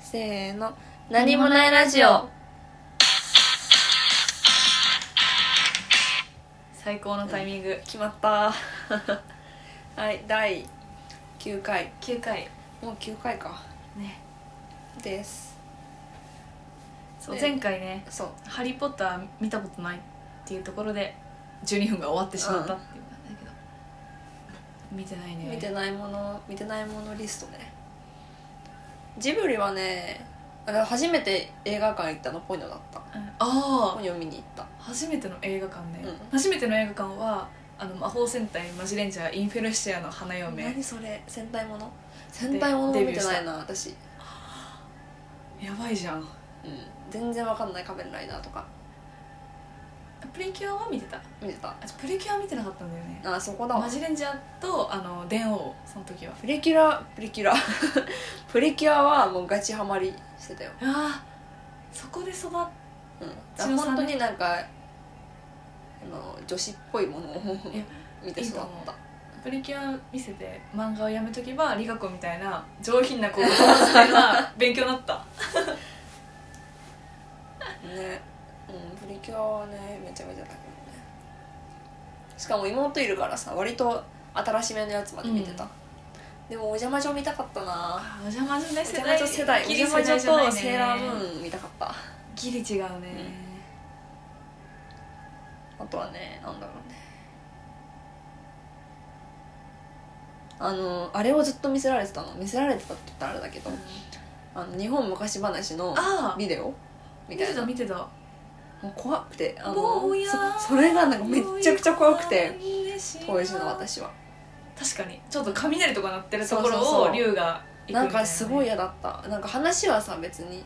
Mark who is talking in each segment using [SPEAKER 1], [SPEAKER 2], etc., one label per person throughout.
[SPEAKER 1] せーの何もないラジオ
[SPEAKER 2] 最高のタイミング、
[SPEAKER 1] 決まった はい第9回
[SPEAKER 2] 9回
[SPEAKER 1] もう9回か
[SPEAKER 2] ね
[SPEAKER 1] です
[SPEAKER 2] そう
[SPEAKER 1] ね
[SPEAKER 2] 前回ね
[SPEAKER 1] そう
[SPEAKER 2] 「ハリー・ポッター」見たことないっていうところで12分が終わってしまったっていう感じだけど、見てないね
[SPEAKER 1] 見てないもの見てないものリストねジブリはねあれ初めて映画館行ったのポニョだった
[SPEAKER 2] うんあ
[SPEAKER 1] ポ
[SPEAKER 2] あ
[SPEAKER 1] ニョ見に行った
[SPEAKER 2] 初めての映画館ね、
[SPEAKER 1] うん
[SPEAKER 2] 初めての映画館はあの魔法戦隊マジレンジャーインフェルシアの花嫁
[SPEAKER 1] 何それ戦隊もの戦隊もの
[SPEAKER 2] デビュ
[SPEAKER 1] 見
[SPEAKER 2] ー
[SPEAKER 1] て
[SPEAKER 2] した
[SPEAKER 1] ないな私、
[SPEAKER 2] やばいじゃん
[SPEAKER 1] うん、全然わかんない仮面ライダーとか
[SPEAKER 2] プリキュアは見てた
[SPEAKER 1] 見てた
[SPEAKER 2] あちょプリキュアは見てなかったんだよね
[SPEAKER 1] あそこだわ
[SPEAKER 2] マジレンジャーとあの電王その時は
[SPEAKER 1] プリキュラプリキュラ プリキュアはもうガチハマりしてたよ、
[SPEAKER 2] ああそこで育
[SPEAKER 1] う
[SPEAKER 2] っ
[SPEAKER 1] ん、だ
[SPEAKER 2] 千
[SPEAKER 1] から本
[SPEAKER 2] 代さんね
[SPEAKER 1] 当になんかあの女子っぽいものを
[SPEAKER 2] いや
[SPEAKER 1] 見て
[SPEAKER 2] いい
[SPEAKER 1] 育っ
[SPEAKER 2] と思う
[SPEAKER 1] た
[SPEAKER 2] プリキュア見せて漫画をやめとけば理香子みたいな上品な子が育つの は勉強になった
[SPEAKER 1] ねうんプリキュアはねめちゃめちゃだけどねしかも妹いるからさ割と新しめのやつまで見てた、
[SPEAKER 2] うん
[SPEAKER 1] でもお邪魔女見たかったな
[SPEAKER 2] お邪魔女
[SPEAKER 1] お
[SPEAKER 2] ね
[SPEAKER 1] 邪魔女世代お
[SPEAKER 2] ギリ
[SPEAKER 1] 邪魔女
[SPEAKER 2] 世代じゃない
[SPEAKER 1] と
[SPEAKER 2] ね
[SPEAKER 1] セーラームーン見たかった
[SPEAKER 2] ギリ違うね、
[SPEAKER 1] あとはねなんだろうねあのあれをずっと見せられてたの見せられてたって言ったらあれだけど、あの日本昔話の
[SPEAKER 2] ああ
[SPEAKER 1] ビデオみ
[SPEAKER 2] 見
[SPEAKER 1] た
[SPEAKER 2] て
[SPEAKER 1] いな
[SPEAKER 2] た
[SPEAKER 1] も
[SPEAKER 2] 見てた
[SPEAKER 1] う怖くてあの
[SPEAKER 2] もうや
[SPEAKER 1] そそれがなんかめっちゃくちゃ怖くて当時の私
[SPEAKER 2] 私
[SPEAKER 1] は
[SPEAKER 2] 確かにちょっと雷とか鳴ってるとこ
[SPEAKER 1] そうそう
[SPEAKER 2] ろ
[SPEAKER 1] そ
[SPEAKER 2] を
[SPEAKER 1] う
[SPEAKER 2] 龍が行くみた
[SPEAKER 1] な
[SPEAKER 2] い
[SPEAKER 1] んかすごい
[SPEAKER 2] ね
[SPEAKER 1] 嫌だったなんか話はさ別に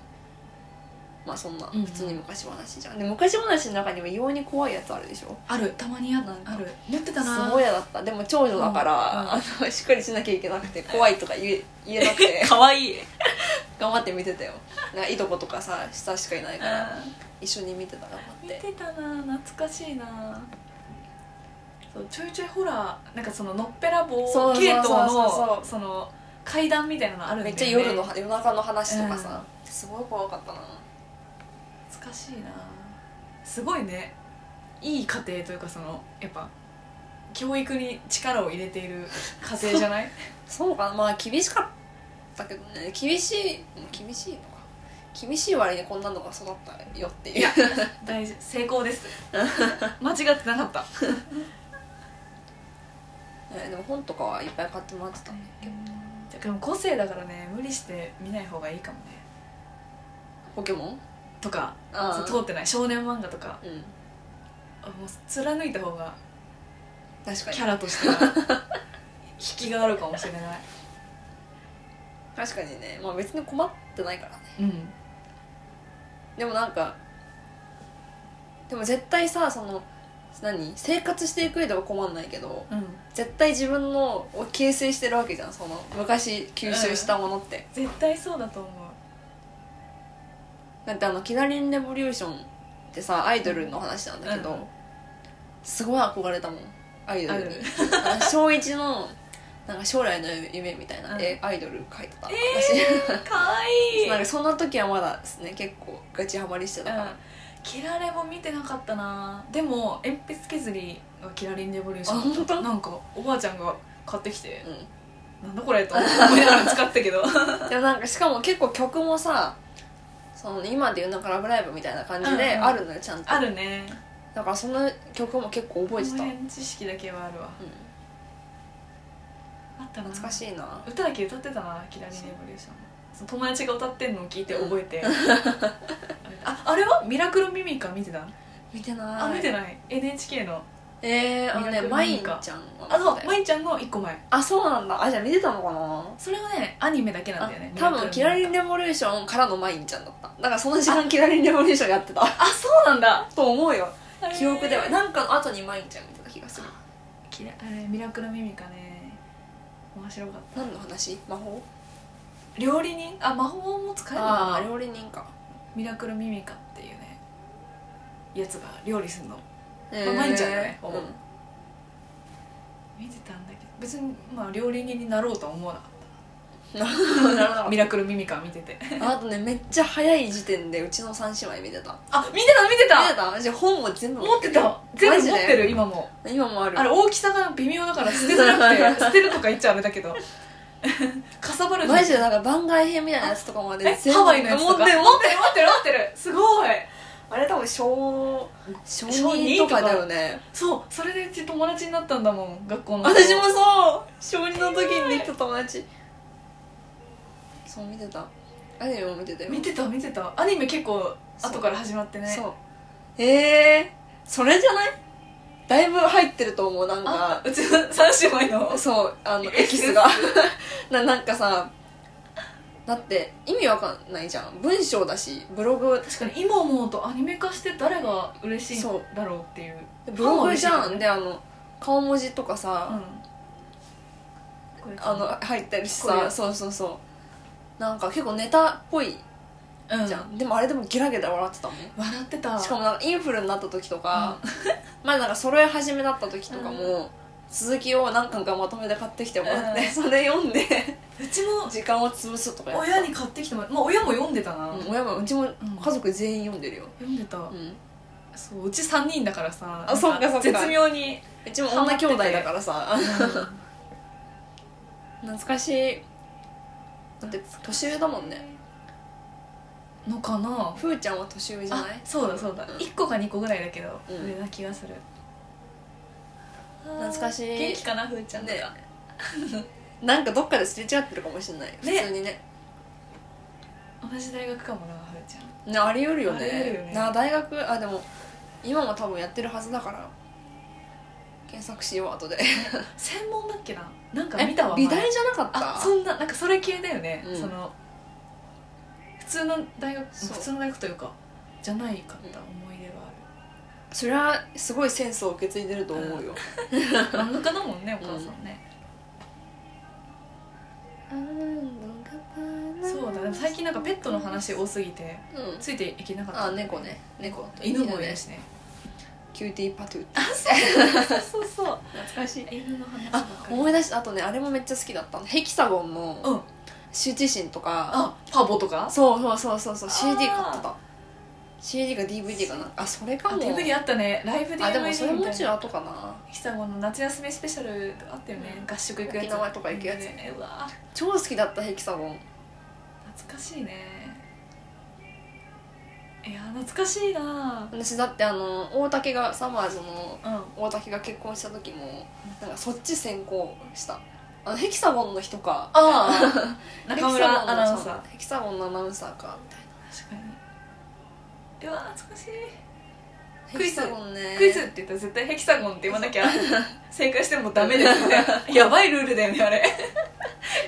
[SPEAKER 1] まあそんな
[SPEAKER 2] うんうん
[SPEAKER 1] 普通に昔話じゃん、で昔話の中にも異様に怖いやつあるでしょ
[SPEAKER 2] あるたまにあ
[SPEAKER 1] なんか
[SPEAKER 2] ある持ってたな
[SPEAKER 1] すごい嫌だったでも長女だから、
[SPEAKER 2] うんうん
[SPEAKER 1] あのしっかりしなきゃいけなくて怖いとか言え言えなく て
[SPEAKER 2] 可愛いい
[SPEAKER 1] 頑張って見てたよなんかいとことかさ下しかいないから一緒に見てた頑
[SPEAKER 2] 見
[SPEAKER 1] 張って
[SPEAKER 2] てたな懐かしいなそうちょいちょいホラーなんかそののっぺらぼ
[SPEAKER 1] そううそうそう
[SPEAKER 2] 系統
[SPEAKER 1] そうそう
[SPEAKER 2] のその階段みたいなのあるんだ
[SPEAKER 1] めっ
[SPEAKER 2] よ
[SPEAKER 1] ちゃ
[SPEAKER 2] ね
[SPEAKER 1] 夜の夜中の話とかさ、すごい怖かったな
[SPEAKER 2] 懐かしいなすごいねいい家庭というかそのやっぱ教育に力を入れている家庭じゃない
[SPEAKER 1] そうかなまあ厳しかったけどね厳しい厳しいのか厳しい割にこんなのが育ったよっていう
[SPEAKER 2] 大事成功です間違ってなかった
[SPEAKER 1] えーでも本とかはいっぱい買ってもらってたね
[SPEAKER 2] でも個性だからね無理して見ない方がいいかもね
[SPEAKER 1] ポケモン
[SPEAKER 2] とか
[SPEAKER 1] あ
[SPEAKER 2] そう通ってない少年漫画とか
[SPEAKER 1] うん
[SPEAKER 2] あもう貫いた方が
[SPEAKER 1] 確かに
[SPEAKER 2] キャラとしては 引きがあるかもしれない
[SPEAKER 1] 確かにねまあ別に困ってないからね
[SPEAKER 2] うん
[SPEAKER 1] でもなんかでも絶対さその何生活していく上では困んないけど
[SPEAKER 2] うん
[SPEAKER 1] 絶対自分のを形成してるわけじゃんその昔吸収したものって、
[SPEAKER 2] 絶対そうだと思う
[SPEAKER 1] だってあの「キラリンレボリューション」ってさアイドルの話なんだけど、
[SPEAKER 2] うん
[SPEAKER 1] すごい憧れたもんアイドルに
[SPEAKER 2] アイ
[SPEAKER 1] あの小一のなんか将来の夢みたいな、えアイドル書いてた、
[SPEAKER 2] かわ
[SPEAKER 1] 私
[SPEAKER 2] い
[SPEAKER 1] なんかそんな時はまだですね結構ガチハマりしてたから、
[SPEAKER 2] キラレボ見てなかったなでも鉛筆削りがキラリンレボリューション
[SPEAKER 1] あ本当
[SPEAKER 2] なんかおばあちゃんが買ってきて
[SPEAKER 1] うん
[SPEAKER 2] なんだこれと思いながら使ってたけど
[SPEAKER 1] でもなんかしかも結構曲もさその今でいうなんか「ラブライブ!」みたいな感じ
[SPEAKER 2] うん
[SPEAKER 1] で
[SPEAKER 2] うん
[SPEAKER 1] あるのよちゃんと、
[SPEAKER 2] あるね
[SPEAKER 1] だからその曲も結構覚えてた、うん、
[SPEAKER 2] 知識だけはあるわあったな
[SPEAKER 1] 懐かしいな
[SPEAKER 2] 歌だけ歌ってたな「キラリンエボリューション」その友達が歌ってんのを聞いて覚えて ああれは「ミラクルミミカ」見てた
[SPEAKER 1] 見てない
[SPEAKER 2] あ見てない NHK の
[SPEAKER 1] えー、あのね
[SPEAKER 2] ミラクル
[SPEAKER 1] まい
[SPEAKER 2] ミ
[SPEAKER 1] ん
[SPEAKER 2] カ
[SPEAKER 1] ちゃんは
[SPEAKER 2] あそう
[SPEAKER 1] 見てたよ
[SPEAKER 2] まいちゃんの一個前
[SPEAKER 1] あそうなんだあじゃあ見てたのかな
[SPEAKER 2] それはねアニメだけなん
[SPEAKER 1] あ
[SPEAKER 2] だよね
[SPEAKER 1] 多分キラリン
[SPEAKER 2] レ
[SPEAKER 1] レボリューションからのマインちゃんだっただからその時間キラリンレボリューションやってた
[SPEAKER 2] あそうなんだ
[SPEAKER 1] と思うよ記憶では
[SPEAKER 2] へー
[SPEAKER 1] なんかの後にマインちゃん見てた気がする
[SPEAKER 2] キラあれミラクルミミカね面白かっ
[SPEAKER 1] 何の話魔法
[SPEAKER 2] た料理人あ魔法も使えるの
[SPEAKER 1] あ
[SPEAKER 2] か
[SPEAKER 1] あ
[SPEAKER 2] な
[SPEAKER 1] 料理人か
[SPEAKER 2] ミラクルミミカっていうねやつが料理するの
[SPEAKER 1] えー
[SPEAKER 2] マインちゃんだね
[SPEAKER 1] うん
[SPEAKER 2] ほぼ 見てたんだけど別にまあ料理人になろうとは思わなかっ
[SPEAKER 1] なるほどなるほど
[SPEAKER 2] ミラクルミミカ見てて
[SPEAKER 1] あとねめっちゃ早い時点でうちの三姉妹見てた
[SPEAKER 2] あ見てた見て
[SPEAKER 1] 見て
[SPEAKER 2] た
[SPEAKER 1] た私本も全部
[SPEAKER 2] 持ってた全部持って
[SPEAKER 1] マ
[SPEAKER 2] る今も
[SPEAKER 1] ジで今もある
[SPEAKER 2] あれ大きさが微妙だから捨てづ らくて捨てるとか言っちゃあれだけど かさばる
[SPEAKER 1] マジでなんか番外編みたいなやつとかまで
[SPEAKER 2] えハワイのやつとか
[SPEAKER 1] 持ってる持
[SPEAKER 2] 持
[SPEAKER 1] っ
[SPEAKER 2] っててる持ってる持ってるすごい
[SPEAKER 1] あれ多分小小
[SPEAKER 2] 小
[SPEAKER 1] 2
[SPEAKER 2] 二
[SPEAKER 1] とかだよね
[SPEAKER 2] そうそれでうち友達になったんだもん学校の
[SPEAKER 1] 私もそう小2の時にできた友達そう見てたアニメも見てたよ
[SPEAKER 2] 見てた見てたアニメ結構
[SPEAKER 1] そう
[SPEAKER 2] 後から始まってね
[SPEAKER 1] そうええそれじゃないだいぶ入ってると思うなん
[SPEAKER 2] あ
[SPEAKER 1] か
[SPEAKER 2] うちの三姉妹の
[SPEAKER 1] そうあの
[SPEAKER 2] エ
[SPEAKER 1] エ
[SPEAKER 2] キ
[SPEAKER 1] キ
[SPEAKER 2] ス
[SPEAKER 1] スが ななんかさだって意味わかんないじゃん文章だしブログ
[SPEAKER 2] 確かに今思うとアニメ化して誰が嬉しいんだろうっていう
[SPEAKER 1] ブログじ
[SPEAKER 2] ファン
[SPEAKER 1] ゃ
[SPEAKER 2] は嬉しいよね
[SPEAKER 1] んであの顔文字とか
[SPEAKER 2] う
[SPEAKER 1] さ、
[SPEAKER 2] んこれか
[SPEAKER 1] あの入ったりし
[SPEAKER 2] これ
[SPEAKER 1] さそうそうそうなんか結構ネタっぽい
[SPEAKER 2] うん
[SPEAKER 1] じゃん、でもあれでもギラギラ笑ってたもん
[SPEAKER 2] 笑ってた
[SPEAKER 1] しかもなんかインフルになった時とか、まあなんか揃え始めだった時とかも、続きを何巻かまとめて買ってきてもらって、
[SPEAKER 2] うん
[SPEAKER 1] それ読んで
[SPEAKER 2] うちも
[SPEAKER 1] 時間を潰すとかやってた
[SPEAKER 2] 親に買ってきてもらまあ親も読んでたな、
[SPEAKER 1] うん親もうちも家族全員読んでるよ、
[SPEAKER 2] 読んでた、
[SPEAKER 1] うん
[SPEAKER 2] そううち3人だからさ
[SPEAKER 1] あそっか
[SPEAKER 2] なん
[SPEAKER 1] そっか
[SPEAKER 2] 絶 妙に、
[SPEAKER 1] うちも女兄弟だから さ懐かしいだって年上だもんね
[SPEAKER 2] のかな
[SPEAKER 1] ふーちゃんは年上じゃ
[SPEAKER 2] あ
[SPEAKER 1] ない
[SPEAKER 2] そうだそうだ
[SPEAKER 1] うん
[SPEAKER 2] 1個か2個ぐらいだけど、
[SPEAKER 1] うん
[SPEAKER 2] 上な気がする
[SPEAKER 1] 懐かしい
[SPEAKER 2] 元気かなふーちゃんとか、
[SPEAKER 1] ね なんかどっかですれ違ってるかもしれない、普通にね
[SPEAKER 2] 同じ大学かもなふーちゃん
[SPEAKER 1] ねあり得るよ
[SPEAKER 2] あり得る
[SPEAKER 1] ね
[SPEAKER 2] よね
[SPEAKER 1] な大学あでも今も多分やってるはずだから検索しよう後で
[SPEAKER 2] 専門だっけななんか見たわ
[SPEAKER 1] え美
[SPEAKER 2] 前
[SPEAKER 1] 大じゃなかった
[SPEAKER 2] あそんななんかそれ系だよね、
[SPEAKER 1] うん
[SPEAKER 2] その普通の大学
[SPEAKER 1] そう
[SPEAKER 2] 普通の大学というかじゃないかった思い出が
[SPEAKER 1] それはすごいセンスを受け継いでると思うよ、
[SPEAKER 2] ある漫画家だもんねお母さんね、そうだでも最近なんかペットの話多すぎて
[SPEAKER 1] うん
[SPEAKER 2] ついていけなかった
[SPEAKER 1] あ猫ね猫
[SPEAKER 2] 犬もいるしね
[SPEAKER 1] キューティーパトゥーって
[SPEAKER 2] あそうそうそうそう
[SPEAKER 1] 懐かしい
[SPEAKER 2] 犬の話ばっ
[SPEAKER 1] あ
[SPEAKER 2] かり
[SPEAKER 1] 思い出したあとねあれもめっちゃ好きだったのヘキサゴンの
[SPEAKER 2] うん
[SPEAKER 1] 羞恥心とか
[SPEAKER 2] あパボとか
[SPEAKER 1] そうそうそうそうそう
[SPEAKER 2] あ
[SPEAKER 1] CD
[SPEAKER 2] ー
[SPEAKER 1] 買ってた CD か DVD かなあそれか
[SPEAKER 2] あ
[SPEAKER 1] も
[SPEAKER 2] DVD あったねライブ DVD みた
[SPEAKER 1] あ
[SPEAKER 2] い
[SPEAKER 1] で
[SPEAKER 2] な
[SPEAKER 1] もそれもうちろん後かな
[SPEAKER 2] ひさごの夏休みスペシャルあったよね合宿行くやつ
[SPEAKER 1] 沖縄とか行くやつ
[SPEAKER 2] ねうわ
[SPEAKER 1] 超好きだったヘキサゴン
[SPEAKER 2] 懐かしいねいや懐かしいな
[SPEAKER 1] 私だってあの大竹がサマーズの
[SPEAKER 2] うん
[SPEAKER 1] 大竹が結婚した時もなんかそっち先行したあのヘキサゴンの人か
[SPEAKER 2] ああ 中村アナウンサー
[SPEAKER 1] ーヘキサゴンのアナウンサーかみたい
[SPEAKER 2] 確かにうわ懐かしい
[SPEAKER 1] な
[SPEAKER 2] クイズ
[SPEAKER 1] ヘキサゴンね
[SPEAKER 2] クイズって言ったら絶対ヘキサゴンって言わなき ゃ正解してもダメですねやばいルールだよねあれ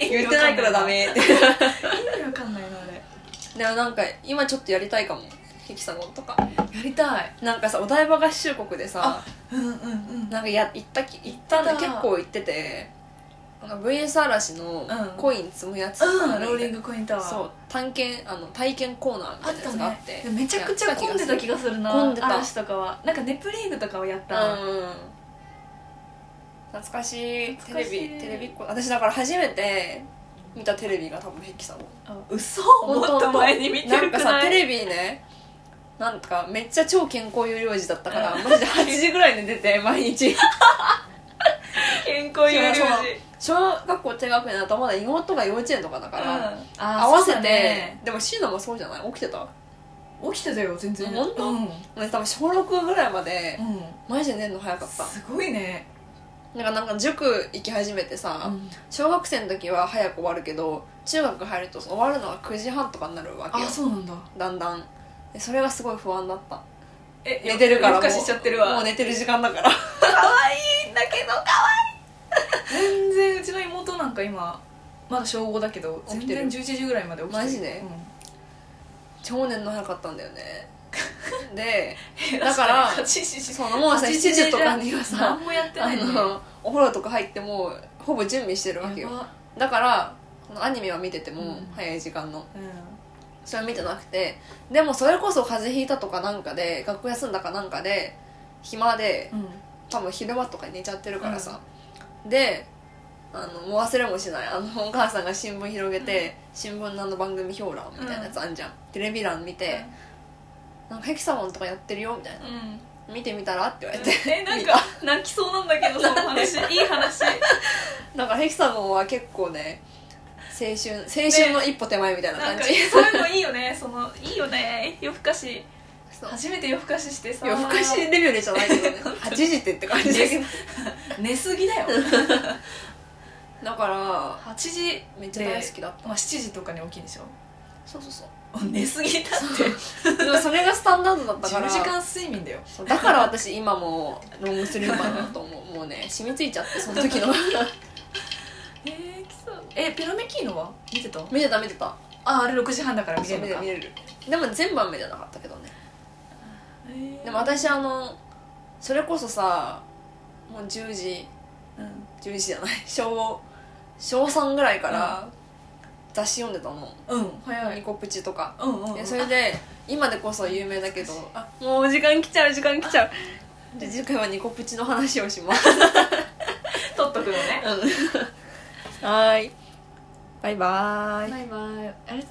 [SPEAKER 1] 言ってないからダメって
[SPEAKER 2] 意味わかんないなあ
[SPEAKER 1] でもなんか今ちょっとやりたいかもヘキサゴンとか
[SPEAKER 2] れやりたい
[SPEAKER 1] なんかさお台場合衆国でさ
[SPEAKER 2] うんうんうん
[SPEAKER 1] なんかや行ったき行ったんで
[SPEAKER 2] 行った
[SPEAKER 1] 結構行っててなんか VS 嵐の
[SPEAKER 2] うん
[SPEAKER 1] コイン積むやつとか
[SPEAKER 2] う
[SPEAKER 1] あ
[SPEAKER 2] ん
[SPEAKER 1] る
[SPEAKER 2] ロー
[SPEAKER 1] みた
[SPEAKER 2] リ
[SPEAKER 1] い
[SPEAKER 2] ン
[SPEAKER 1] な
[SPEAKER 2] グコインタワー
[SPEAKER 1] そう探検あの体験コーナーみた
[SPEAKER 2] あっ
[SPEAKER 1] いなや
[SPEAKER 2] た
[SPEAKER 1] つ
[SPEAKER 2] ね
[SPEAKER 1] があって
[SPEAKER 2] でもめちゃくちゃ混んでた気がするな
[SPEAKER 1] 混んでた
[SPEAKER 2] 嵐とかはなんかネプリーグとかをやった、
[SPEAKER 1] うん懐かしい
[SPEAKER 2] 懐かしい
[SPEAKER 1] テレビテレビっ子私だから初めて見たテレビが多分ヘキサゴン
[SPEAKER 2] あ嘘
[SPEAKER 1] 本当
[SPEAKER 2] もっと前に見て
[SPEAKER 1] なん
[SPEAKER 2] るく
[SPEAKER 1] かさ
[SPEAKER 2] な
[SPEAKER 1] テ
[SPEAKER 2] い
[SPEAKER 1] レビねなんかめっちゃ超健康有料児だったからマジで8時ぐらいに出 て毎日
[SPEAKER 2] 健康有料児
[SPEAKER 1] そう小学校低学年だとまだ妹が幼稚園とかだから、
[SPEAKER 2] うんあ
[SPEAKER 1] 合わ
[SPEAKER 2] そう
[SPEAKER 1] せて、
[SPEAKER 2] だね
[SPEAKER 1] でも椎名もそうじゃない起きてた
[SPEAKER 2] 起きてたよ全然
[SPEAKER 1] 本当
[SPEAKER 2] うん、うん、
[SPEAKER 1] 俺多分小6ぐらいまでマジで寝るの早かった
[SPEAKER 2] すごいね、
[SPEAKER 1] なんかなんか塾行き始めてさ、
[SPEAKER 2] うん
[SPEAKER 1] 小学生の時は早く終わるけど中学入ると終わるのが9時半とかになるわけ
[SPEAKER 2] あ
[SPEAKER 1] よ
[SPEAKER 2] そうなんだ
[SPEAKER 1] だんだんでそれがすごい不安だった
[SPEAKER 2] え
[SPEAKER 1] 寝てるからもう
[SPEAKER 2] 夜更かししちゃってるわ
[SPEAKER 1] もう寝てる時間だから
[SPEAKER 2] 可愛いんだけど可愛い全然うちの妹なんか今まだ小5だけど
[SPEAKER 1] 起
[SPEAKER 2] 全
[SPEAKER 1] きて
[SPEAKER 2] 然
[SPEAKER 1] る
[SPEAKER 2] 11時ぐらいまで起きてる
[SPEAKER 1] マジで超年の早かったんだよ ねで
[SPEAKER 2] うん、
[SPEAKER 1] だから
[SPEAKER 2] 8時
[SPEAKER 1] そのもうさ7時とかにはさ
[SPEAKER 2] 何もやってな
[SPEAKER 1] あ
[SPEAKER 2] いね
[SPEAKER 1] のお風呂とか入ってもうほぼ準備してるわけ
[SPEAKER 2] や
[SPEAKER 1] よ
[SPEAKER 2] ば
[SPEAKER 1] だからこのアニメは見てても、
[SPEAKER 2] うん
[SPEAKER 1] 早い時間の
[SPEAKER 2] う
[SPEAKER 1] それは見てなくてでもそれこそ風邪ひいたとかなんかで学校休んだかなんかで暇で
[SPEAKER 2] んうん
[SPEAKER 1] 多分昼間とかに寝ちゃってるからさ、であのもう忘れもしないあのお母さんが新聞広げて、新聞のあの番組評覧みたいなやつあんじゃん、テレビ欄見て、なんかヘキサゴンとかやってるよみたいな、
[SPEAKER 2] うん
[SPEAKER 1] 見てみたらって言われて、
[SPEAKER 2] えなんか泣きそうなんだけどその話いい話
[SPEAKER 1] なんかヘキサゴンは結構ね青春青春の一歩手前みたいな
[SPEAKER 2] なん
[SPEAKER 1] 感
[SPEAKER 2] か
[SPEAKER 1] じ、
[SPEAKER 2] そういうのいいよねそのいいよね夜更かし
[SPEAKER 1] そう
[SPEAKER 2] 初めて夜更かししてさ
[SPEAKER 1] 夜更かしレベルじゃないけどね 8時ってって感じだけど
[SPEAKER 2] 寝すぎだよ
[SPEAKER 1] だから
[SPEAKER 2] 8時
[SPEAKER 1] めっちゃ大好きだった
[SPEAKER 2] まあ、7時とかに起きるでしょ
[SPEAKER 1] そうそうそう
[SPEAKER 2] 寝すぎだって
[SPEAKER 1] でもそれがスタンダードだったか
[SPEAKER 2] 10
[SPEAKER 1] ら
[SPEAKER 2] 時間睡眠だよ
[SPEAKER 1] そうだから私今もロングスリーパーだと 思うもうね染みついちゃってその 時の
[SPEAKER 2] えー、きつえペラメキーノは見てた
[SPEAKER 1] 見てた見てた
[SPEAKER 2] ああれ6時半だから見
[SPEAKER 1] そ
[SPEAKER 2] れ
[SPEAKER 1] う見てる
[SPEAKER 2] るのか
[SPEAKER 1] 見れるでも全部は見てなかったけどね
[SPEAKER 2] えー
[SPEAKER 1] でも私あのそれこそさもう10時
[SPEAKER 2] うん
[SPEAKER 1] 10時じゃない 小小3ぐらいから雑誌読んでたの、
[SPEAKER 2] うん早
[SPEAKER 1] ニ
[SPEAKER 2] い
[SPEAKER 1] コプチとか
[SPEAKER 2] うんうんうん
[SPEAKER 1] でそれで今でこそ有名だけどあもうお時間来ちゃう時間来ちゃうで次回はニコプチの話をします
[SPEAKER 2] 取っとくのね
[SPEAKER 1] はーいバイバーイ
[SPEAKER 2] バイバイありがとうございます